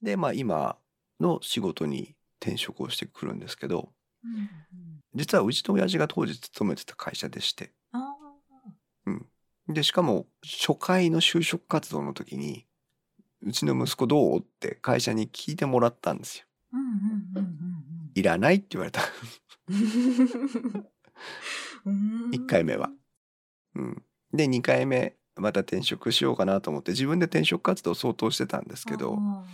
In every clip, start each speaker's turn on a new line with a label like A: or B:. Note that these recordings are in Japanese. A: で、まあ、今の仕事に転職をしてくるんですけど、
B: うんうん
A: 実はうちの親父が当時勤めてた会社でして、
B: あ
A: で、しかも初回の就職活動の時に、うちの息子どうって会社に聞いてもらったんですよ。
B: ーうんうんうん
A: いらないって言われた。
B: うんうんうん
A: 一回目は。うん、で、2回目、また転職しようかなと思って、自分で転職活動を相当してたんですけど、
B: あ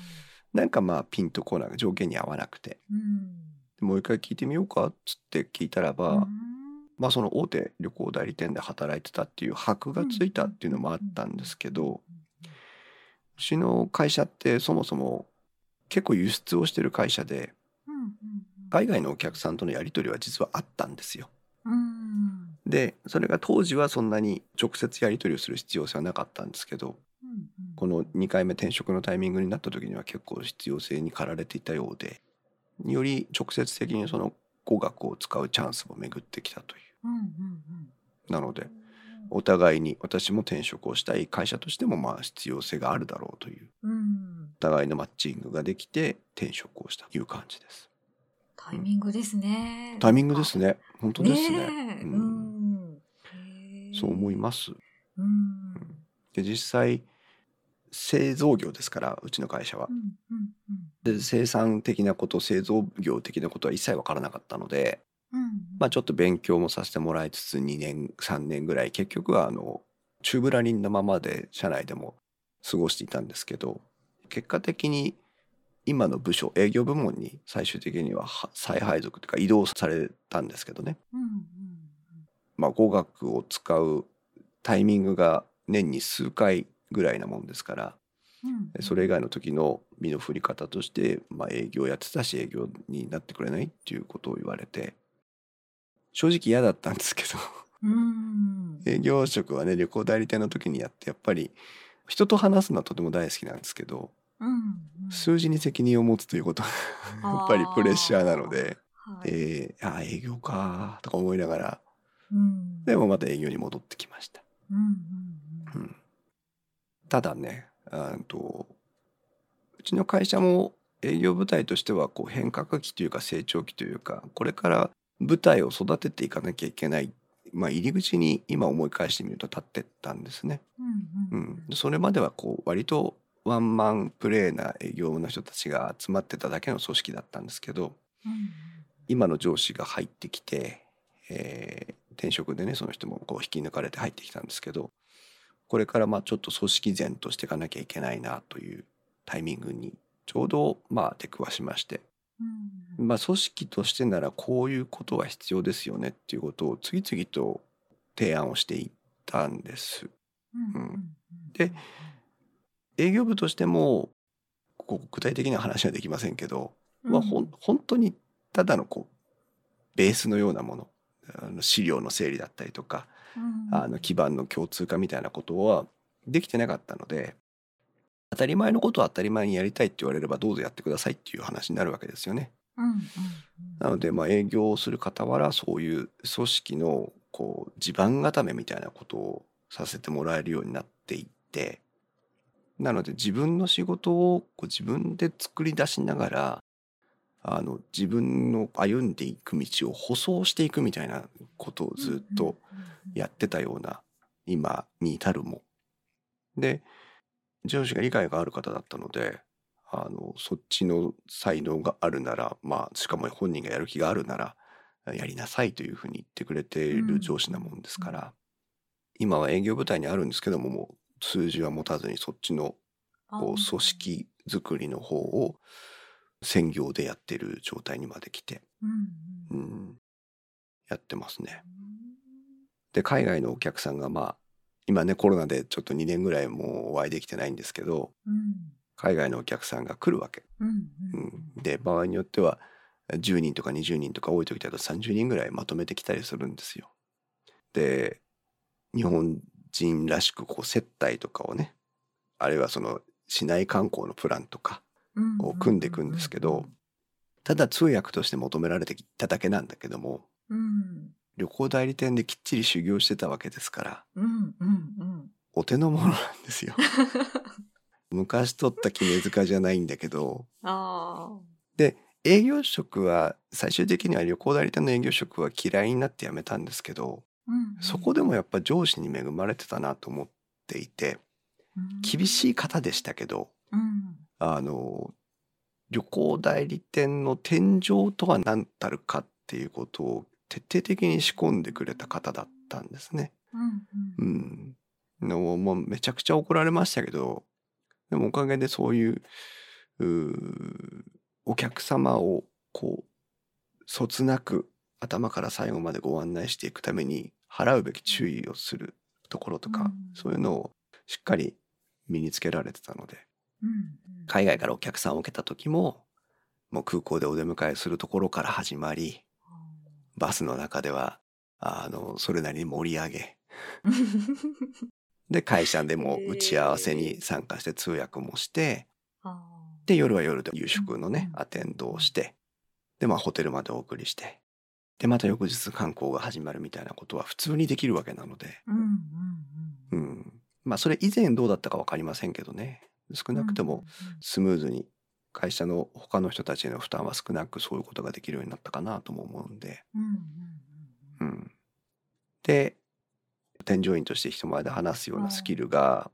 A: なんかまあピンとこない条件に合わなくて
B: ーうん
A: もう一回聞いてみようかっつって聞いたらば、
B: うん
A: まあその大手旅行代理店で働いてたっていう箔がついたっていうのもあったんですけど、うちの会社ってそもそも結構輸出をしてる会社で
B: うんうんうん
A: 海外のお客さんとのやり取りは実はあったんですよ。
B: うん
A: でそれが当時はそんなに直接やり取りをする必要性はなかったんですけど
B: うんうん
A: この2回目転職のタイミングになった時には結構必要性に駆られていたようでより直接的にその語学を使うチャンスも巡ってきたとい
B: うんうんうん
A: うなのでお互いに私も転職をしたい会社としてもまあ必要性があるだろうという
B: うん
A: お互いのマッチングができて転職をしたという感じです
B: タイミングですね。
A: タイミングですね本当ですね
B: ねえ
A: うん
B: うんへえ
A: そう思います
B: うん
A: で実際製造業ですからうちの会社は
B: うんうんうん
A: で生産的なこと製造業的なことは一切わからなかったので
B: うん
A: まあ、ちょっと勉強もさせてもらいつつ2年3年ぐらい結局はあの宙ぶらりんなままで社内でも過ごしていたんですけど結果的に今の部署営業部門に最終的にはは再配属というか移動されたんですけどね、
B: うんうん
A: まあ、語学を使うタイミングが年に数回ぐらいなもんですから
B: うんうん
A: それ以外の時の身の振り方として、まあ、営業やってたし営業になってくれないっていうことを言われて正直嫌だったんですけど
B: うん
A: 営業職はね旅行代理店の時にやってやっぱり人と話すのはとても大好きなんですけど
B: うんうん
A: 数字に責任を持つということがやっぱりプレッシャーなので、
B: はい
A: えー、あー営業かーとか思いながら
B: うん
A: でもまた営業に戻ってきました、
B: うんうん
A: う
B: うん
A: ん、ただねあーとうちの会社も営業部隊としてはこう変革期というか成長期というかこれから部隊を育てていかなきゃいけない、まあ、入り口に今思い返してみると立ってったんですね。
B: うん
A: う
B: うん
A: ん、それまではこう割とワンマンプレーな営業の人たちが集まってただけの組織だったんですけど
B: うん
A: 今の上司が入ってきて、えー転職でねその人もこう引き抜かれて入ってきたんですけどこれからまあちょっと組織前としていかなきゃいけないなというタイミングにちょうどまあ出くわしまして、
B: うん
A: まあ、組織としてならこういうことは必要ですよねっていうことを次々と提案をしていったんです。
B: うん
A: う
B: うん
A: で営業部としてもこう具体的な話はできませんけど、まあ、ほん本当にただのこうベースのようなものあの資料の整理だったりとか、
B: うん
A: あの基盤の共通化みたいなことはできてなかったので当たり前のことは当たり前にやりたいって言われればどうぞやってくださいっていう話になるわけですよね。
B: うんうん
A: なのでまあ営業をする傍らそういう組織のこう地盤固めみたいなことをさせてもらえるようになっていってなので自分の仕事をこう自分で作り出しながらあの自分の歩んでいく道を舗装していくみたいなことをずっとやってたような今に至るも。で上司が理解がある方だったのであのそっちの才能があるならまあしかも本人がやる気があるならやりなさいというふうに言ってくれている上司なもんですから、今は営業部隊にあるんですけどももう数字は持たずにそっちのこう組織づくりの方を専業でやってる状態にまで来て、
B: うんう
A: うんん、やってますね。で海外のお客さんがまあ今ねコロナでちょっと2年ぐらいもうお会いできてないんですけど
B: うん
A: 海外のお客さんが来るわけ、
B: うんう
A: うんん、で場合によっては10人とか20人とか多い時だと30人ぐらいまとめてきたりするんですよ。で日本人らしくこう接待とかをねあるいはその市内観光のプランとか
B: うん
A: を組んでいくんですけどただ通訳として求められていただけなんだけども
B: うん
A: 旅行代理店できっちり修行してたわけですから
B: うんうんうん
A: お手の物なんですよ。昔取った絹塚じゃないんだけど
B: あ
A: 営業職は最終的には旅行代理店の営業職は嫌いになって辞めたんですけど
B: あ。うん
A: そこでもやっぱ上司に恵まれてたなと思っていて厳しい方でしたけど
B: うん。
A: あの旅行代理店の天井とは何たるかっていうことを徹底的に仕込んでくれた方だったんですね。
B: うん。
A: う。ん、のもうめちゃくちゃ怒られましたけどでもおかげでそういううーお客様をこうそつなく頭から最後までご案内していくために払うべき注意をするところとか、
B: うん
A: そういうのをしっかり身につけられてたので
B: うん。
A: 海外からお客さんを受けた時ももう空港でお出迎えするところから始まりバスの中ではあのそれなりに盛り上げで会社でも打ち合わせに参加して通訳もしてで夜は夜で夕食のね
B: うん
A: アテンドをしてでまあホテルまでお送りしてでまた翌日観光が始まるみたいなことは普通にできるわけなので、
B: うん。うん。
A: う
B: うん。
A: ん、まあそれ以前どうだったか分かりませんけどね少なくとも。スムーズに会社の他の人たちへの負担は少なくそういうことができるようになったかなとも思うんで。
B: うん。う
A: う
B: ん。
A: ん、で添乗員として人前で話すようなスキルが、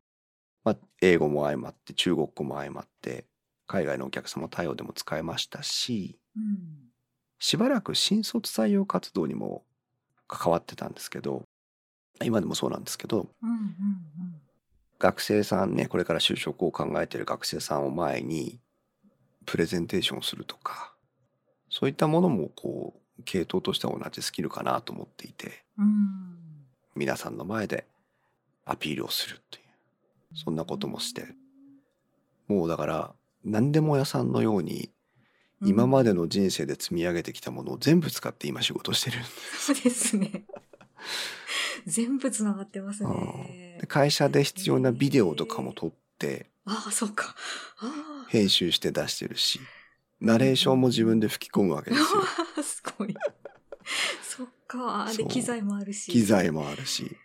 A: まあ、英語も相まって中国語も相まって海外のお客様対応でも使えましたし
B: うん。
A: しばらく新卒採用活動にも関わってたんですけど今でもそうなんですけど
B: うん。うん。
A: 学生さんねこれから就職を考えてる学生さんを前にプレゼンテーションをするとかそういったものもこう系統としては同じスキルかなと思っていて。
B: うん。
A: 皆さんの前でアピールをするというそんなこともしてもうだから何でも屋さんのように今までの人生で積み上げてきたものを全部使って今仕事してるんで
B: そうですね。全部つながってます
A: うん
B: ね
A: で。会社で必要なビデオとかも撮って
B: ああ、そうか。あ
A: 編集して出してるしナレーションも自分で吹き込むわけです よ
B: あ、すごい。そっか。
A: そ
B: で、
A: う
B: 機材もあるし。
A: 機材もあるし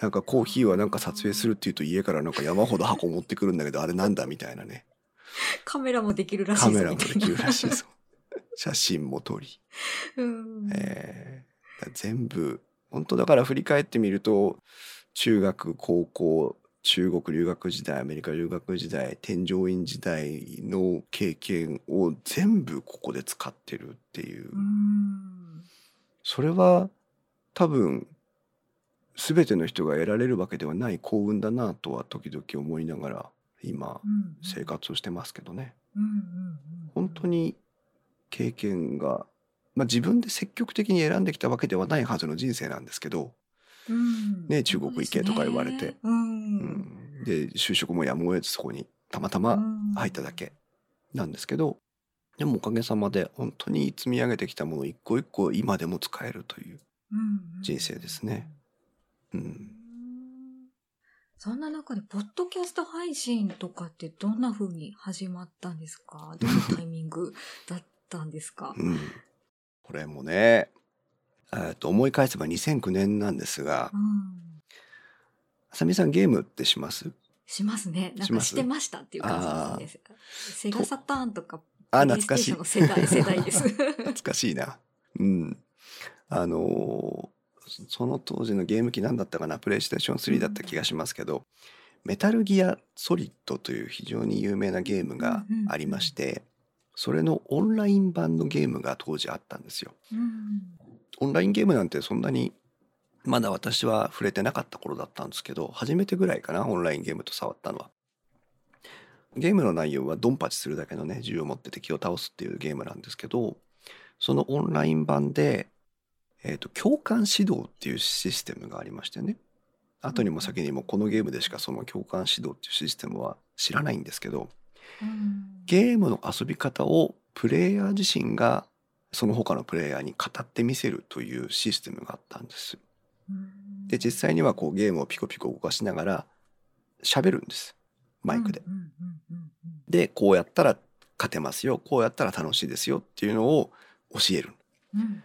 A: なんかコーヒーはなんか撮影するっていうと家からなんか山ほど箱持ってくるんだけどあれなんだみたいなね
B: カメラもできるらし
A: カ
B: いぞ
A: メラもできるらしい
B: み
A: ぞ写真も撮り
B: たいなうん。
A: えーだ全部本当だから振り返ってみると中学高校中国留学時代アメリカ留学時代添乗員時代の経験を全部ここで使ってるっていう
B: うん。
A: それは多分全ての人が得られるわけではない幸運だなとは時々思いながら今
B: うん
A: 生。活をしてますけどね。
B: うんうんうん。
A: 本当。に経験が、まあ、自分で積極的に選んできたわけではないはずの人生なんですけど、
B: うん。
A: ね中国行けとか言われて
B: う。
A: うん
B: うん
A: ん、で就職もやむを得ずそこにたまたま入っただ。けなんですけどでもおかげさまで本当に積み上げてきたもの一個一個今でも使えるという、
B: うんうん
A: 人生ですね。うん、
B: そんな中で、ポッドキャスト配信とかってどんな風に始まったんです かどのタイミングだったんですか
A: うん、これもねえーと思い返せば2009年なんですが
B: うん。
A: あさみさんゲームってします
B: しますね。なん
A: し
B: か
A: ます
B: してましたっていう感じです。セガサターンとか、
A: あ懐かしい
B: プレイステーションの世代、世代 です。
A: 懐かしいな。うん。あのーそその当時のゲーム機なんだったかな、プレイステーション3だった気がしますけど、メタルギアソリッドという非常に有名なゲームがありまして、それのオンライン版のゲームが当時あったんですよ。
B: うん
A: オンラインゲームなんてそんなにまだ私は触れてなかった頃だったんですけど、初めてぐらいかな、オンラインゲームと触ったのは。ゲームの内容はドンパチするだけのね、銃を持って敵を倒すっていうゲームなんですけど、そのオンライン版で、えっ、と、共感指導っていうシステムがありましてね。後にも先にもこのゲームでしかその共感指導っていうシステムは知らないんですけど、
B: うん
A: ゲームの遊び方をプレイヤー自身がその他のプレイヤーに語ってみせるというシステムがあったんです。
B: うん
A: で、実際にはこうゲームをピコピコ動かしながら喋るんです。マイクで。
B: うんうんうんうん
A: で、こうやったら勝てますよ。こうやったら楽しいですよっていうのを教える。
B: うん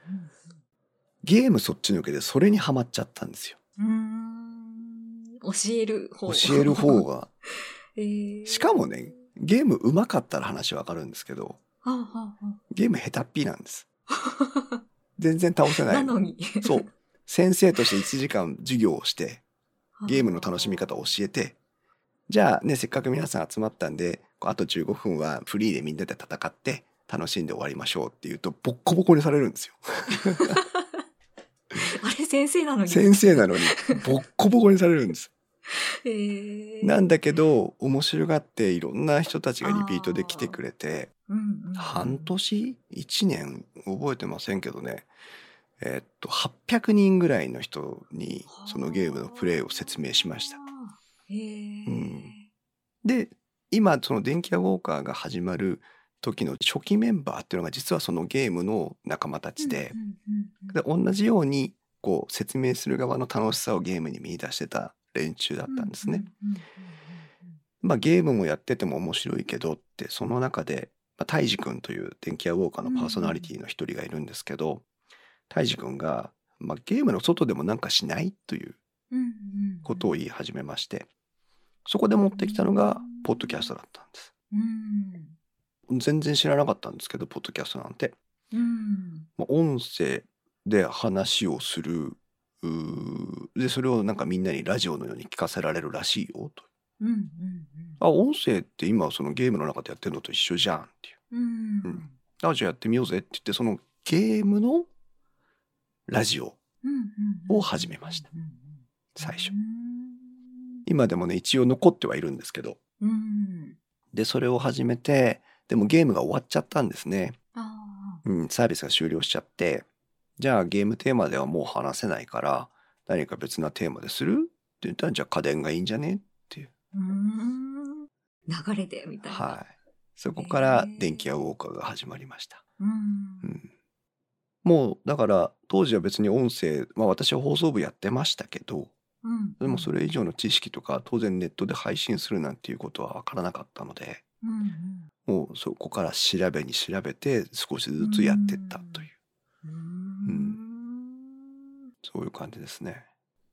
A: ゲームそっちのけでそれにハマっちゃったんですよ。
B: うんうんうーん教える方
A: 教える方が
B: えー
A: しかもね。ゲーム上手かったら話わかるんですけど、
B: はあ、は
A: ゲーム下手っぴなん です。全然倒せ
B: あ、は
A: な
B: あ、ない
A: の。
B: のに。
A: そう。先生として1時間授業をして、ゲームの楽しみ方
B: を。
A: を教えて、じゃあね、せっかく皆さん集まったんで、こうあと15分はフリーでみんなで戦って、楽しんで終わりましょうっていうと、ボッコボコにされるんですよ。
B: あれ、先生なのに。
A: 先生なの に、ボッコボコにされるんです。
B: えー、
A: なんだけど、面白がって、いろんな人たちがリピートで来てくれて、
B: うんうんうん、
A: 半年 ?1 年覚えてませんけどね。えっと、800人ぐらいの人に、そのゲームのプレイを説明しました
B: あ。ー。へえー
A: うんで、今、その電気屋ウォーカーが始まる時の初期メンバーっていうのが、実はそのゲームの仲間たちで
B: う、んうんうん
A: で同じように、こう、説明する側の楽しさをゲームに見出してた連中だったんですね。
B: うんうんうん
A: まあ、ゲームもやってても面白いけどってその中で、まあ、タイジ君という電気屋ウォーカーのパーソナリティの一人がいるんですけど、タイジ君が、まあ、ゲームの外でもなんかしないという
B: うんうんうんうん
A: ことを言い始めましてそこで持ってきたのがポッドキャストだったんです。
B: うん
A: 全然知らなかったんですけどポッドキャストなんて、
B: うん
A: まあ、音声で話をするうーでそれをなんかみんなにラジオのように聞かせられるらしいよと。
B: うんうん
A: あ音声って今そのゲームの中でやってるのと一緒じゃんっていう。
B: うん
A: うんラジオやってみようぜって言って、そのゲームのラジオ、
B: うん
A: を始めました。
B: うんうん
A: 最初
B: う。
A: 今でもね、一応残ってはいるんですけど。
B: んうん。
A: で、それを始めて、でもゲームが終わっちゃったんですね。
B: あ
A: うん、サービスが終了しちゃって、じゃあゲームテーマではもう話せないから、何か別なテーマでするって言ったら、じゃあ家電がいいんじゃね
B: あ。うん。流れで、みたいな。
A: はい。そこから電気屋ウォーカーが始まりました。
B: うん
A: う。ん。もう、だから、当時は別に音声、まあ私は放送部やってましたけど、
B: うん。
A: でもそれ以上の知識とか当然ネットで配信するなんていうことは分からなかったので
B: うんうん。
A: もうそこから調べに調べて少しずつやってったという
B: う。
A: うんそういう感じですね。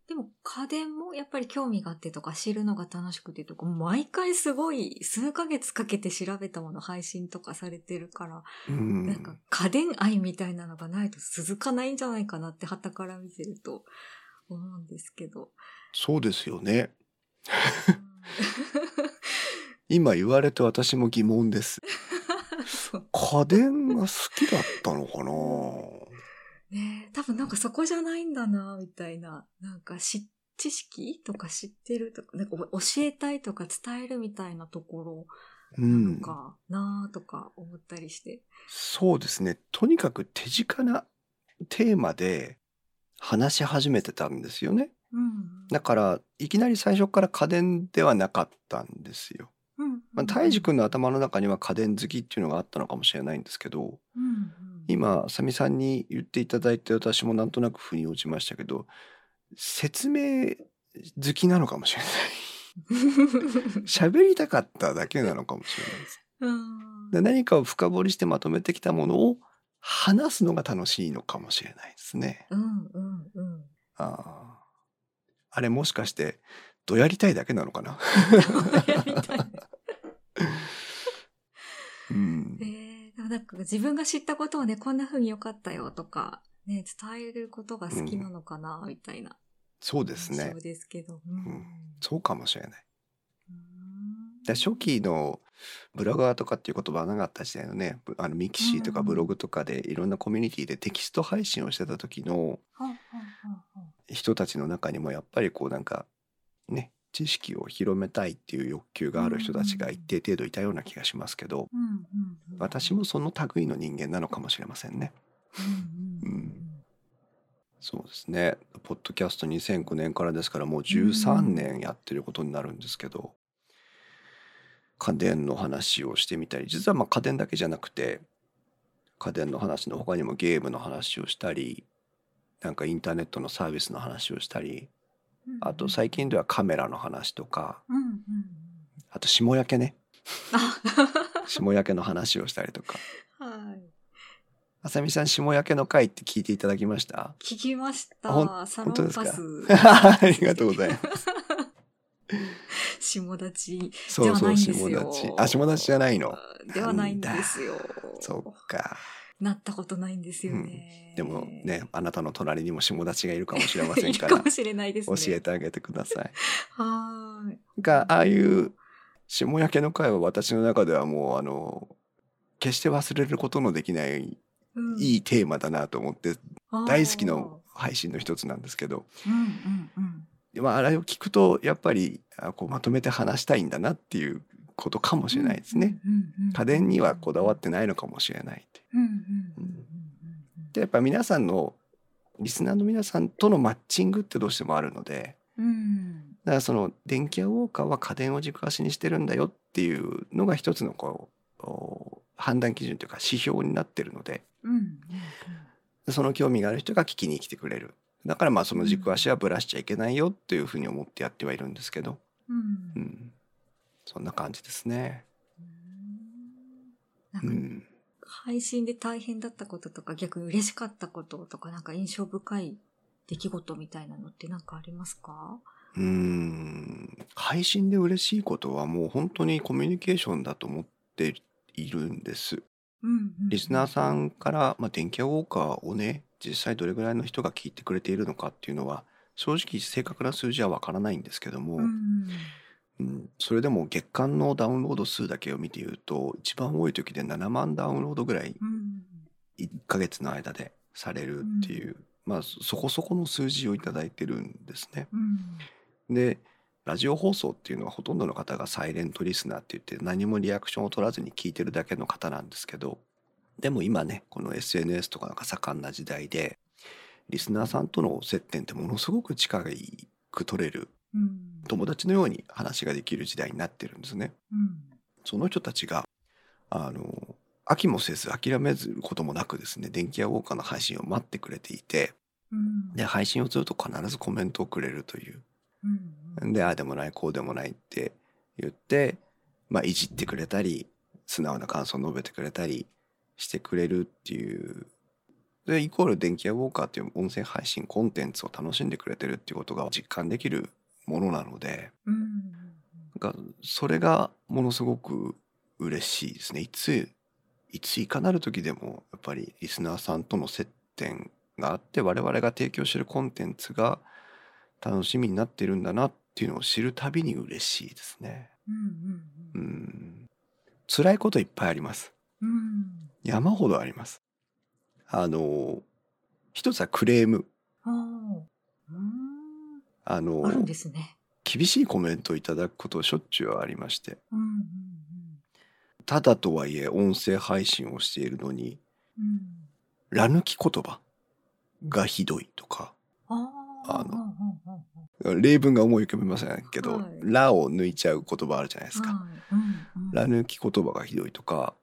B: でも家電もやっぱり興味があってとか知るのが楽しくてとか、毎回すごい数ヶ月かけて調べたもの配信とかされてるから、
A: うん
B: なんか家電愛みたいなのがないと続かないんじゃないかなって旗から見てると思うんですけ ど。
A: そうですよね。今言われて私も疑問です。
B: そう
A: 家電が好きだったのかな
B: ねえ多分なんかそこじゃないんだな、みたいな。なんか知、知識とか知ってるとか、なんか教えたいとか伝えるみたいなとこ
A: う
B: ろ
A: ん
B: と。かなとか思ったりして。
A: そうですね。とにかく手近なテーマで話し始めてたんですよね。
B: うん。
A: だからいきなり最初から家電ではなかったんですよ。
B: うん。
A: まあ、大治くんの頭の中には家電好きっていうのがあったのかもしれないんですけど
B: うんうん、
A: 今さみさんに言っていただいて私もなんとなく腑に落ちましたけど説明好きなのかもしれない喋りたかっただけなのかもしれないです
B: うん
A: で何かを深掘りしてまとめてきたものを話すのが楽しいのかもしれないですね
B: うんうん うん。
A: あーあれもしかしてどやりたいだけなのか な
B: やりたいね
A: うん
B: えーでもなんか自分が知ったことをね、こんな風に良かったよとか、ね、伝えることが好きなのかな、みたいな
A: そうです
B: 印
A: ね
B: 象ですけど。
A: んそうかもしれない
B: うん
A: で初期のブロガーとかっていう言葉はなかった時代のねぶあのミキシーとか
B: うん
A: ブログとかでいろんなコミュニティでテキスト配信をしてた時の
B: はあはあはあはあ
A: 人たちの中にもやっぱりこうなんかね知識を広めたいっていう欲求がある人たちが一定程度いたような気がしますけど
B: うんうんうん
A: 私もその類の人間なのかもしれませんね。
B: うんうん
A: そうですねポッドキャスト2009年からですからもう13年やってることになるんですけど、家電の話をしてみたり実はまあ家電だけじゃなくて家電の話の他にもゲームの話をしたりなんかインターネットのサービスの話をしたり
B: うん
A: あと最近ではカメラの話とか
B: うんうんうん
A: あと霜焼けね
B: あ
A: 霜焼けの話をしたりとか
B: はい。
A: あさみさん霜焼けの回って聞いていただきま した
B: 聞きました。
A: ほん
B: サロ
A: 本当で
B: ン
A: すか。
B: パス。
A: ありがとうございます
B: 下立ち
A: そ
B: で
A: う
B: は
A: そ
B: ない
A: うん下
B: ですよ
A: 立ちあ下立ちじゃないの
B: ではないんですよ。
A: そっか
B: なったことないんですよね。
A: でも ねあなたの隣にも下立ちがいるかもしれませ
B: い
A: ん
B: る
A: か
B: からもしれないです
A: 教
B: ね。
A: えてあげてください
B: はーい。
A: がああいう下焼けの会は私の中ではもうあの決して忘れることのできない
B: うん
A: いいテーマだなと思って
B: あー
A: 大好きな配信の一つなんですけど、
B: うんうんうん。
A: まあ、あれを聞くとやっぱりあこうまとめて話したいんだなっていうことかもしれないですね。
B: うんうんうんうん。
A: 家電にはこだわってないのかもしれないって。
B: うんうんうんうんうん。
A: でやっぱ皆さんのリスナーの皆さんとのマッチングってどうしてもあるので
B: うん。
A: だからその電気屋ウォーカーは家電を軸足にしてるんだよっていうのが一つのこうお判断基準というか指標になってるので
B: うんうん
A: その興味がある人が聞きに来てくれる。だからまあその軸足はぶらしちゃいけないよっていうふうに思ってやってはいるんですけど、
B: うん。うん
A: う。ん、そんな感じですね。
B: なん
A: う
B: か
A: ん、
B: 配信で大変だったこととか逆に嬉しかったこととかなんか印象深い出来事みたいなのってなんかありますか
A: うーん配信で嬉しいことはもう本当にコミュニケーションだと思っているんです。
B: うんうん
A: リスナーさんから、まあ、電気屋ウォーカーをね実際どれぐらいの人が聞いてくれているのかっていうのは正直正確な数字はわからないんですけども、
B: うん
A: うん、それでも月間のダウンロード数だけを見て言うと一番多い時で7万ダウンロードぐらい
B: うん
A: 1ヶ月の間でされるっていう、まあそそこそこの数字をいただいてるんですね。
B: うん
A: でラジオ放送っていうのはほとんどの方がサイレントリスナーって言って何もリアクションを取らずに聞いてるだけの方なんですけどでも今ねこの SNS とかが盛んな時代でリスナーさんとの接点ってものすごく近く取れる
B: うん
A: 友達のように話ができる時代になってるんですね。
B: うん
A: その人たちが、あの、飽きもせず諦めずこともなくですね、電気屋ウォーカーの配信を待ってくれていて、
B: うん
A: で、配信をすると必ずコメントをくれるという。
B: うん
A: で、ああでもない、こうでもないって言って、まあ、いじってくれたり、素直な感想を述べてくれたりしてくれるっていう。で、イコール電気屋ウォーカーっていう音声配信コンテンツを楽しんでくれてるっていうことが実感できるものなので、
B: うん
A: なんかそれがものすごく嬉しいですね。いつ、いついかなる時でも、やっぱりリスナーさんとの接点があって、我々が提供しているコンテンツが楽しみになってるんだなっていうのを知るたびに嬉しいですね。
B: うんう
A: うんん。辛いこといっぱいあります。
B: うん
A: 山ほどあります。あの、一つはクレーム。
B: あーうん
A: あの、
B: あるんですね
A: 厳しいコメントをいただくことしょっちゅうありまして。
B: うんうん
A: ただとはいえ音声配信をしているのに、
B: うんうん
A: ら抜き言葉がひどいとか、
B: あー
A: あの
B: うんうんうん
A: 例文が思い浮かびませんけど、
B: はい
A: らを抜いちゃう言葉あるじゃないですか。
B: はいうんうん
A: ら抜き言葉がひどいとか、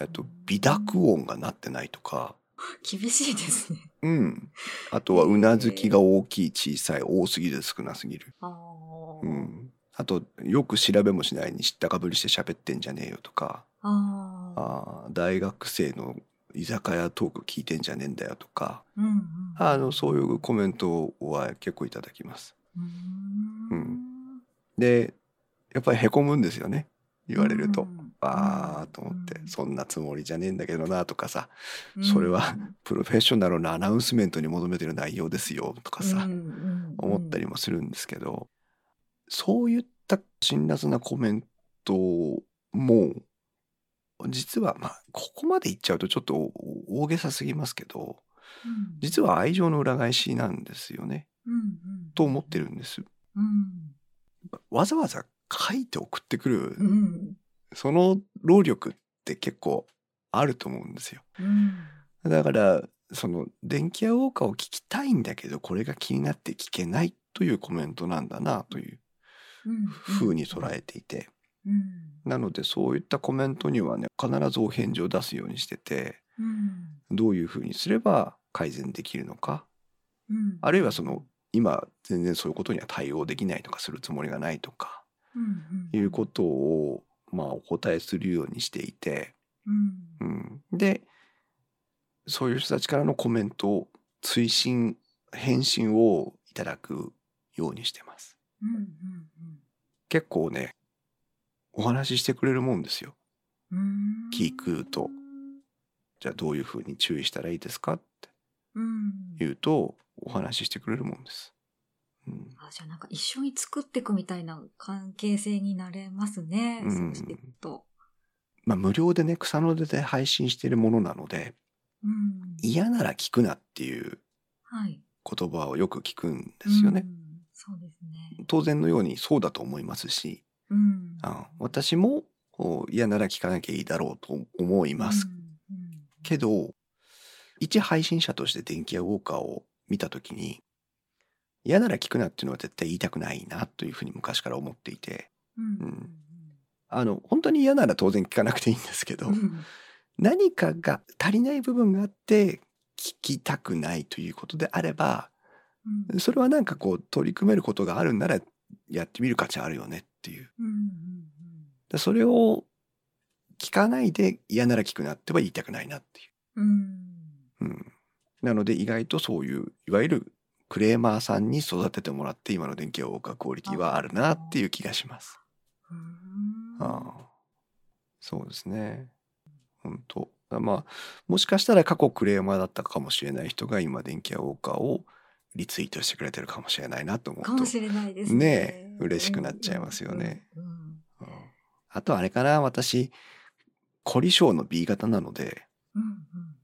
A: えっと、微濁音がなってないとか、
B: 厳しいですね
A: うん。あとは、
B: へー
A: うなずきが大きい、小さい、多すぎる、少なすぎる。
B: ああ
A: うん。あと、よく調べもしないに知ったかぶりして喋ってんじゃねえよとか、
B: ああ
A: あー大学生の居酒屋トーク聞いてんじゃねえんだよとか、
B: うんうん
A: あの、そういうコメントは結構いただきます。
B: うーん
A: でやっぱりへこむんですよね言われると、
B: うん
A: ああと思って、
B: うん
A: そんなつもりじゃねえんだけどなとかさそれは プロフェッショナルなアナウンスメントに求めてる内容ですよとかさ、
B: うんうん
A: 思ったりもするんですけどそういった辛辣なコメントも実はまあここまで言っちゃうとちょっと大げさすぎますけど
B: うん
A: 実は愛情の裏返しなんですよね
B: うんうん
A: と思ってるんです
B: うん
A: わざわざ書いて送ってくる
B: うん
A: その労力って結構あると思うんですよ。
B: うん
A: だから、その、電気屋ウォーカーを聞きたいんだけど、これが気になって聞けないというコメントなんだな、という
B: うん
A: ふうに捉えていて。
B: うん
A: なので、そういったコメントにはね、必ずお返事を出すようにしてて、
B: うん
A: どういうふうにすれば改善できるのか、
B: うん
A: あるいはその、今、全然そういうことには対応できないとか、するつもりがないとか、
B: うんうん
A: いうことを、まあ、お答えするようにしていて、
B: うん
A: うん、でそういう人たちからのコメントを推進返信をいただくようにしてます。
B: うんうんうん
A: 結構ね、お話ししてくれるもんですよ。
B: うーん
A: 聞くと。じゃあどういうふうに注意したらいいですかって
B: うん。
A: 言うと、お話ししてくれるもんです。うん。
B: あじゃあなんか一緒に作っていくみたいな関係性になれますね。
A: うん
B: そうしていくと。
A: まあ無料でね、草の出で配信しているものなので、
B: うん。
A: 嫌なら聞くなっていう
B: はい。
A: 言葉をよく聞くんですよね
B: う。ん。そうですね。
A: 当然のようにそうだと思いますし、
B: うん。
A: あ私もこう嫌なら聞かなきゃいいだろうと思います
B: うん。うん
A: けど、一配信者として電気屋ウォーカーを見たときに、嫌なら聞くなっていうのは絶対言いたくないなというふうに昔から思っていて、
B: うん
A: うんあの、本当に嫌なら当然聞かなくていいんですけど、
B: うんうん
A: 何かが足りない部分があって、聞きたくないということであれば、
B: うん
A: それはなんかこう取り組めることがあるんならやってみる価値あるよねっていう。
B: うんうん
A: でそれを聞かないで嫌なら聞くなっては言いたくないなっていう。
B: うんうん
A: うん、なので意外とそういういわゆるクレーマーさんに育ててもらって今の電気屋ウォーカークオリティはあるなっていう気がします。
B: うーん
A: ああそうですね。本当まあもしかしたら過去クレーマーだったかもしれない人が今電気屋ウォーカーをリツイートしてくれてるかもしれないなと思うと
B: かもしれないです
A: ね
B: ね。
A: え嬉しくなっちゃいますよね
B: うんうんう
A: う
B: ん。
A: んあとあれかな私凝り性の B 型なので、
B: う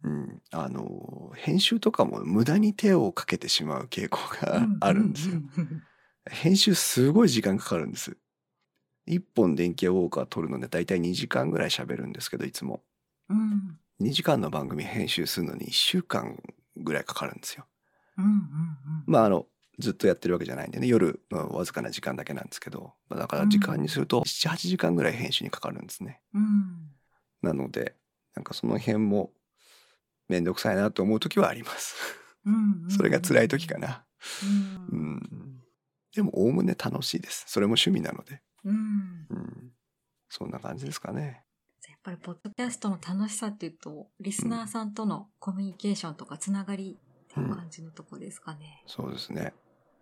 B: んうん
A: うん、あの編集とかも無駄に手をかけてしまう傾向が あるんですよ。。
B: ううん
A: 編集すごい時間かかるんです。一本電気屋ウォーカー撮るので大体2時間ぐらい喋るんですけど、いつも。
B: うんうん
A: 2時間の番組編集するのに1週間ぐらいかかるんですよ。
B: うんうんうん
A: まああの、ずっとやってるわけじゃないんでね、夜のわずかな時間だけなんですけど、まあだから時間にすると7、8時間ぐらい編集にかかるんですね。
B: うん
A: なので、なんかその辺もめんどくさいなと思う時はあります。
B: うんうん
A: それが辛い時か。な。
B: うん
A: う。ん。でも、おおむね楽しいです。それも趣味なので。
B: うん
A: うん、そんな感じですかね。
B: やっぱりポッドキャストの楽しさっていうと、リスナーさんとのコミュニケーションとかつながりっていう感じのとこですかね。
A: そうですね。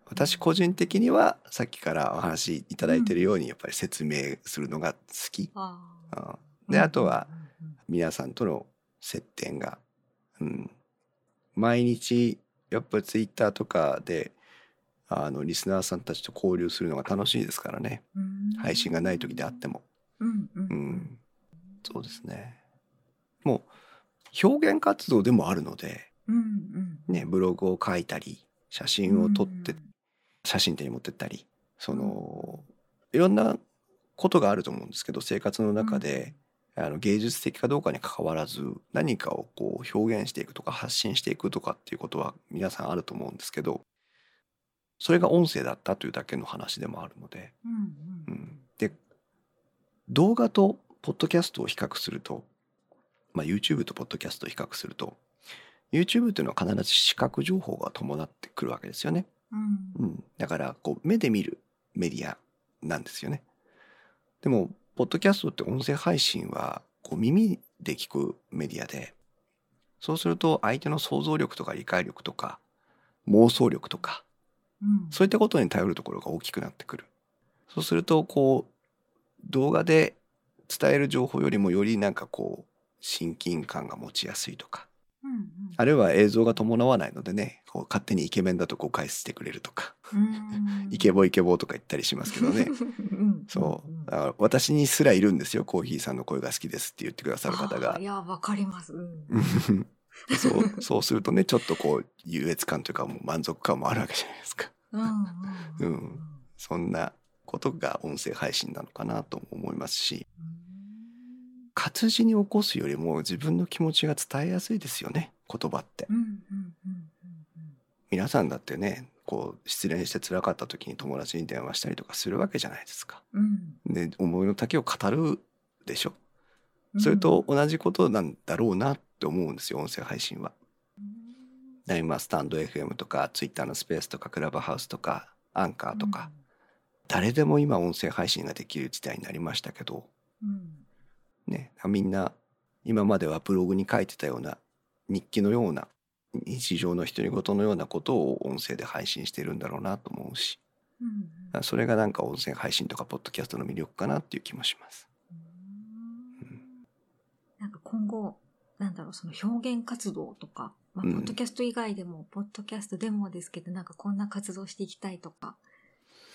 A: 私個人的にはさっきからお話しいただいてるようにやっぱり説明するのが好き。
B: ああ
A: あであとは、皆さんとの接点が、うん、毎日やっぱツイッターとかであのリスナーさんたちと交流するのが楽しいですからね配信がない時であっても、
B: うんうん
A: う
B: うんん、
A: そうですねもう表現活動でもあるので、
B: うんうん
A: ね、ブログを書いたり写真を撮って、写真展に持ってったりそのいろんなことがあると思うんですけど生活の中で、あの芸術的かどうかに関わらず何かをこう表現していくとか発信していくとかっていうことは皆さんあると思うんですけどそれが音声だったというだけの話でもあるので、
B: うんうん
A: う
B: うん
A: ん、で動画とポッドキャストを比較すると、まあ、YouTube とポッドキャストを比較すると YouTube というのは必ず視覚情報が伴ってくるわけですよね。
B: うん
A: うん、だからこう目で見るメディアなんですよね。でもポッドキャストって音声配信はこう耳で聞くメディアでそうすると相手の想像力とか理解力とか妄想力とか
B: うん
A: そういったことに頼るところが大きくなってくる。そうするとこう動画で伝える情報よりもよりなんかこう親近感が持ちやすいとか
B: うんうん
A: あるいは映像が伴わないのでねこう勝手にイケメンだと誤解してくれるとか
B: うん
A: イケボイケボとか言ったりしますけど ね
B: うん
A: そうだから私にすらいるんですよコーヒーさんの声が好きですって言ってくださる方
B: あ
A: が
B: ーいやわかりますうん
A: そうそうするとねちょっとこう優越感というかもう満足感もあるわけじゃないですか
B: うんうんうん
A: うんそんなことが音声配信なのかなとも思いますし活字に起こすよりも自分の気持ちが伝えやすいですよね言葉って
B: うんうんうんうん
A: 皆さんだってねこう失恋して辛かった時に友達に電話したりとかするわけじゃないですか
B: うん
A: で思いの丈を語るでしょ
B: うん
A: それと同じことなんだろうなって思うんですよ、音声配信は。だから今、スタンド FM とか、ツイッターのスペースとか、クラブハウスとか、アンカーとか、誰でも今、音声配信ができる時代になりましたけど、
B: うん
A: ね、みんな、今まではブログに書いてたような、日記のような、日常の独り言のようなことを音声で配信してるんだろうなと思うし、
B: ううんうん
A: それがなんか音声配信とかポッドキャストの魅力かなっていう気もします。
B: うんなんか今後、なんだろう、その表現活動とか、まあ、
A: う
B: ポ
A: ん
B: ッドキャスト以外でも、ポッドキャストでもですけど、なんかこんな活動していきたいとか、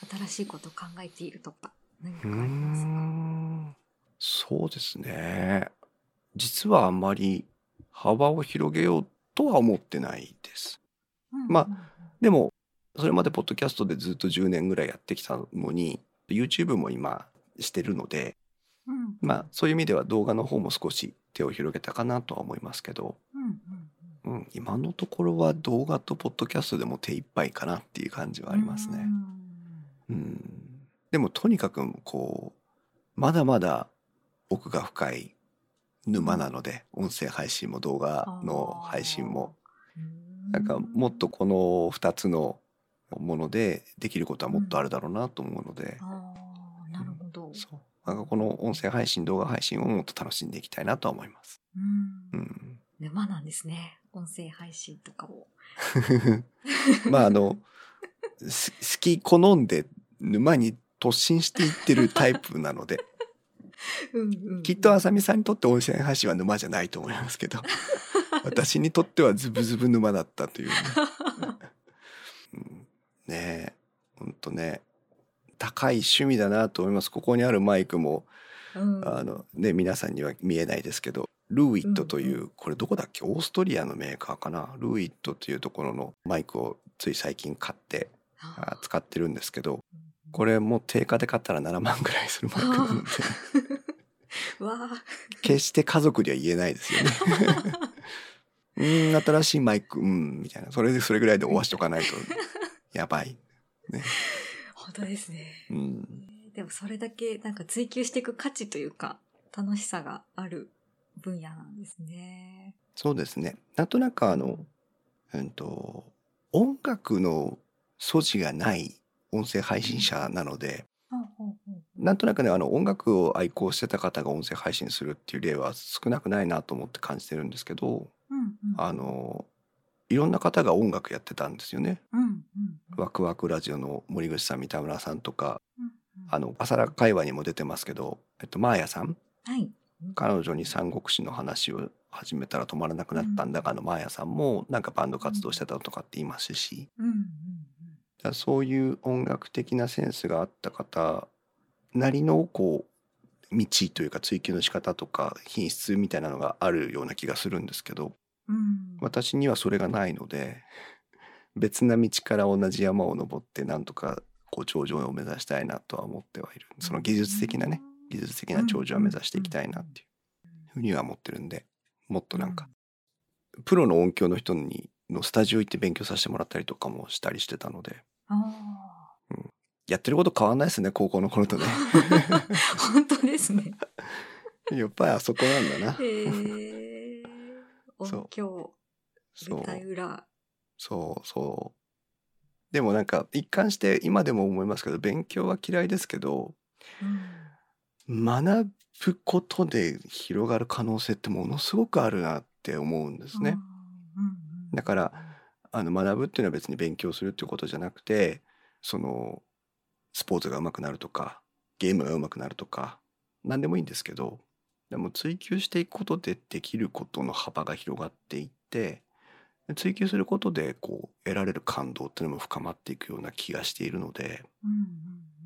B: 新しいことを考えているとか、何かありますか
A: そうですね。実はあんまり幅を広げようとは思ってないです。
B: うん
A: までも、それまでポッドキャストでずっと10年ぐらいやってきたのに、YouTube も今してるので、
B: うんうん
A: まあそういう意味では動画の方も少し手を広げたかなとは思いますけど、
B: うんうん
A: うん、今のところは動画とポッドキャストでも手一杯かなっていう感じ
B: うん
A: はあります
B: う
A: ね。
B: ん
A: うん、でもとにかくこうまだまだ奥が深い沼なので音声配信も動画の配信も
B: あーうん
A: なんかもっとこの2つのものでできることはもっとあるだろうなと思うので、
B: あーなるほど、
A: そうなんかこの音声配信動画配信をもっと楽しんでいきたいなとは思います。
B: うん
A: うん、
B: 沼なんですね音声配信とかを
A: まああのす好き好んで沼に突進していってるタイプなの で
B: うんうんうん
A: きっとあさみさんにとって温泉配信は沼じゃないと思いますけ ど私にとってはズブズブ沼だったという ね、うんねえほんとね高い趣味だなと思いますここにあるマイクも
B: うん
A: あの、ね、皆さんには見えないですけどルーイットという、
B: うん
A: これどこだっけオーストリアのメーカーかなルーイットというところのマイクをつい最近買ってあ使ってるんですけどこれもう定価で買ったら7万ぐらいするマイクなので。
B: わあ、
A: 決して家族には言えないですよね。うーん、新しいマイク、うん、みたいな。それで、それぐらいで終わしとかないと、やばい。ね。
B: 本当ですね。
A: うん。
B: でもそれだけなんか追求していく価値というか、楽しさがある分野なんですね。
A: そうですね。なんとなく、あの、うんと、音楽の素地がない音声配信者なので、
B: ほうほうほう
A: なんとなくね、あの、音楽を愛好してた方が音声配信するっていう例は少なくないなと思って感じてるんですけど、
B: うんうん
A: あの、いろんな方が音楽やってたんですよね。
B: うんうんうん
A: ワクワクラジオの森口さん、三田村さんとか、
B: うん
A: あの、朝ら会話にも出てますけど、えっと、マーヤさん、
B: はい。
A: 彼女に三国志の話を始めたら止まらなくなったんだが、あのマーヤさんも、なんかバンド活動してたとかって言いますし、
B: うんうん
A: だからそういう音楽的なセンスがあった方なりの、こう、道というか追求の仕方とか品質みたいなのがあるような気がするんですけど、
B: うんうん。
A: 私にはそれがないので、 別な道から同じ山を登って、なんとか、こう、頂上を目指したいなとは思ってはいる。その技術的なね、技術的な頂上を目指していきたいなっていうふうには思ってるんでもっとなんかプロの音響の人にのスタジオ行って勉強させてもらったりとかもしたりしてたので
B: うん。あ
A: やってること変わんないですね高校の頃と ね
B: あ、本当ですね。
A: やっぱりあそこ なんだな
B: へえ。
A: そう
B: 音響、
A: そ
B: 舞
A: う
B: 台裏。
A: そうそうでもなんか一貫して今でも思いますけど勉強は嫌いですけど
B: うん
A: 学ぶことで広がる可能性ってものすごくあるなって思うんですね。。
B: うんうん
A: だからあの学ぶっていうのは別に勉強するっていうことじゃなくてそのスポーツが上手くなるとかゲームが上手くなるとか何でもいいんですけどでも追求していくことでできることの幅が広がっていって追求することでこう得られる感動っていうのも深まっていくような気がしているので
B: うんうんうん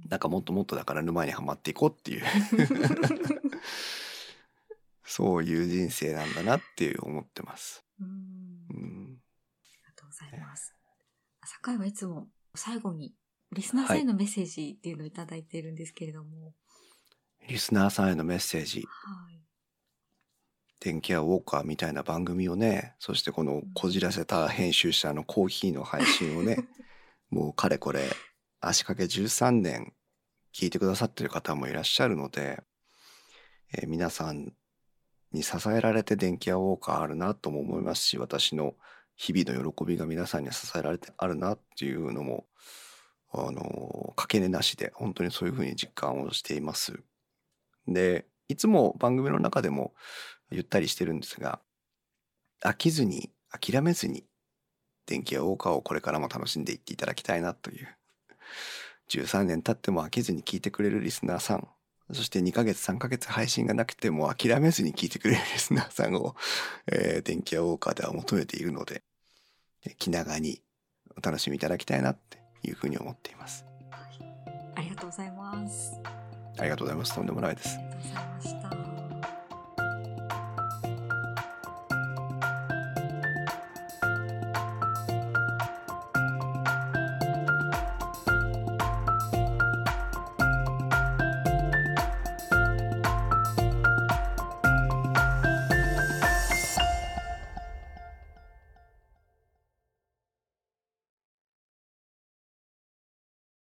A: なんかもっともっとだから沼にはまっていこうっていう そういう人生なんだなっていう思ってます。
B: うん
A: う
B: あり
A: ん、
B: がとうございます。朝会はいつも最後にリスナーさんへのメッセージっていうのをいただいているんですけれども、
A: リスナーさんへのメッセージ
B: はい。
A: 電気屋ウォーカーみたいな番組をねそしてこのこじらせた編集者のコーヒーの配信をねもうかれこれ足掛け13年聞いてくださってる方もいらっしゃるので、えー皆さんに支えられて電気屋ウォーカーあるなとも思いますし私の日々の喜びが皆さんに支えられてあるなっていうのもあのー、かけねなしで本当にそういうふうに実感をしています。でいつも番組の中でもゆったりしてるんですが飽きずに諦めずに電気やウォーカーをこれからも楽しんでいっていただきたいなという13年経っても飽きずに聞いてくれるリスナーさん、そして2ヶ月3ヶ月配信がなくても諦めずに聞いてくれるリスナーさんを、えー電気屋ウォーカーでは求めているので、え気長にお楽しみいただきたいなっていうふうに思っています。
B: ありがとうございます。
A: ありがとうございます。とんでもないです。
B: ありがとうございました。